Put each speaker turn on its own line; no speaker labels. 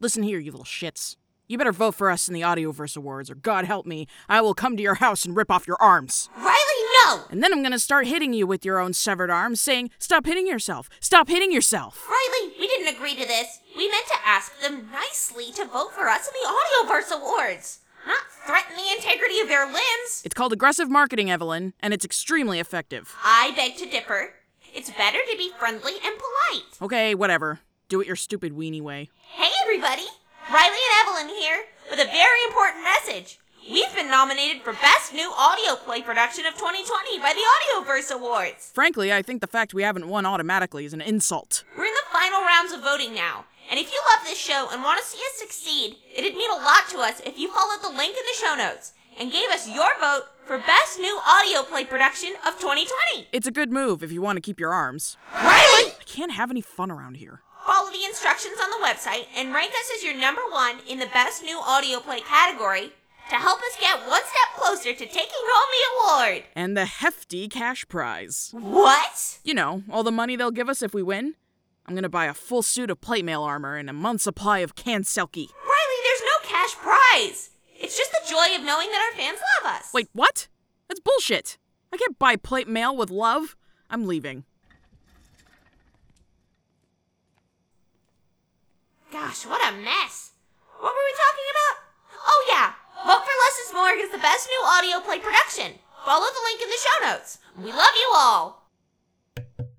Listen here, you little shits. You better vote for us in the Audioverse Awards, or God help me, I will come to your house and rip off your arms.
Riley, no!
And then I'm gonna start hitting you with your own severed arms, saying, Stop hitting yourself! Stop hitting yourself!
Riley, we didn't agree to this. We meant to ask them nicely to vote for us in the Audioverse Awards, not threaten the integrity of their limbs.
It's called aggressive marketing, Evelyn, and it's extremely effective.
I beg to differ. It's better to be friendly and polite.
Okay, whatever. Do it your stupid weenie way.
Hey, everybody! Riley and Evelyn here with a very important message. We've been nominated for Best New Audio Play Production of 2020 by the Audioverse Awards.
Frankly, I think the fact we haven't won automatically is an insult.
We're in the final rounds of voting now, and if you love this show and want to see us succeed, it'd mean a lot to us if you followed the link in the show notes and gave us your vote for Best New Audio Play Production of 2020.
It's a good move if you want to keep your arms.
Riley!
I can't have any fun around here.
Follow the instructions on the website and rank us as your number one in the Best New Audio Play category to help us get one step closer to taking home the award.
And the hefty cash prize.
What?
You know, all the money they'll give us if we win. I'm gonna buy a full suit of plate mail armor and a month's supply of canned selkie.
Riley, there's no cash prize. It's just the joy of knowing that our fans love us.
Wait, what? That's bullshit. I can't buy plate mail with love. I'm leaving.
Gosh, what a mess. What were we talking about? Oh, yeah. Vote for Less is More is the best new audio play production. Follow the link in the show notes. We love you all.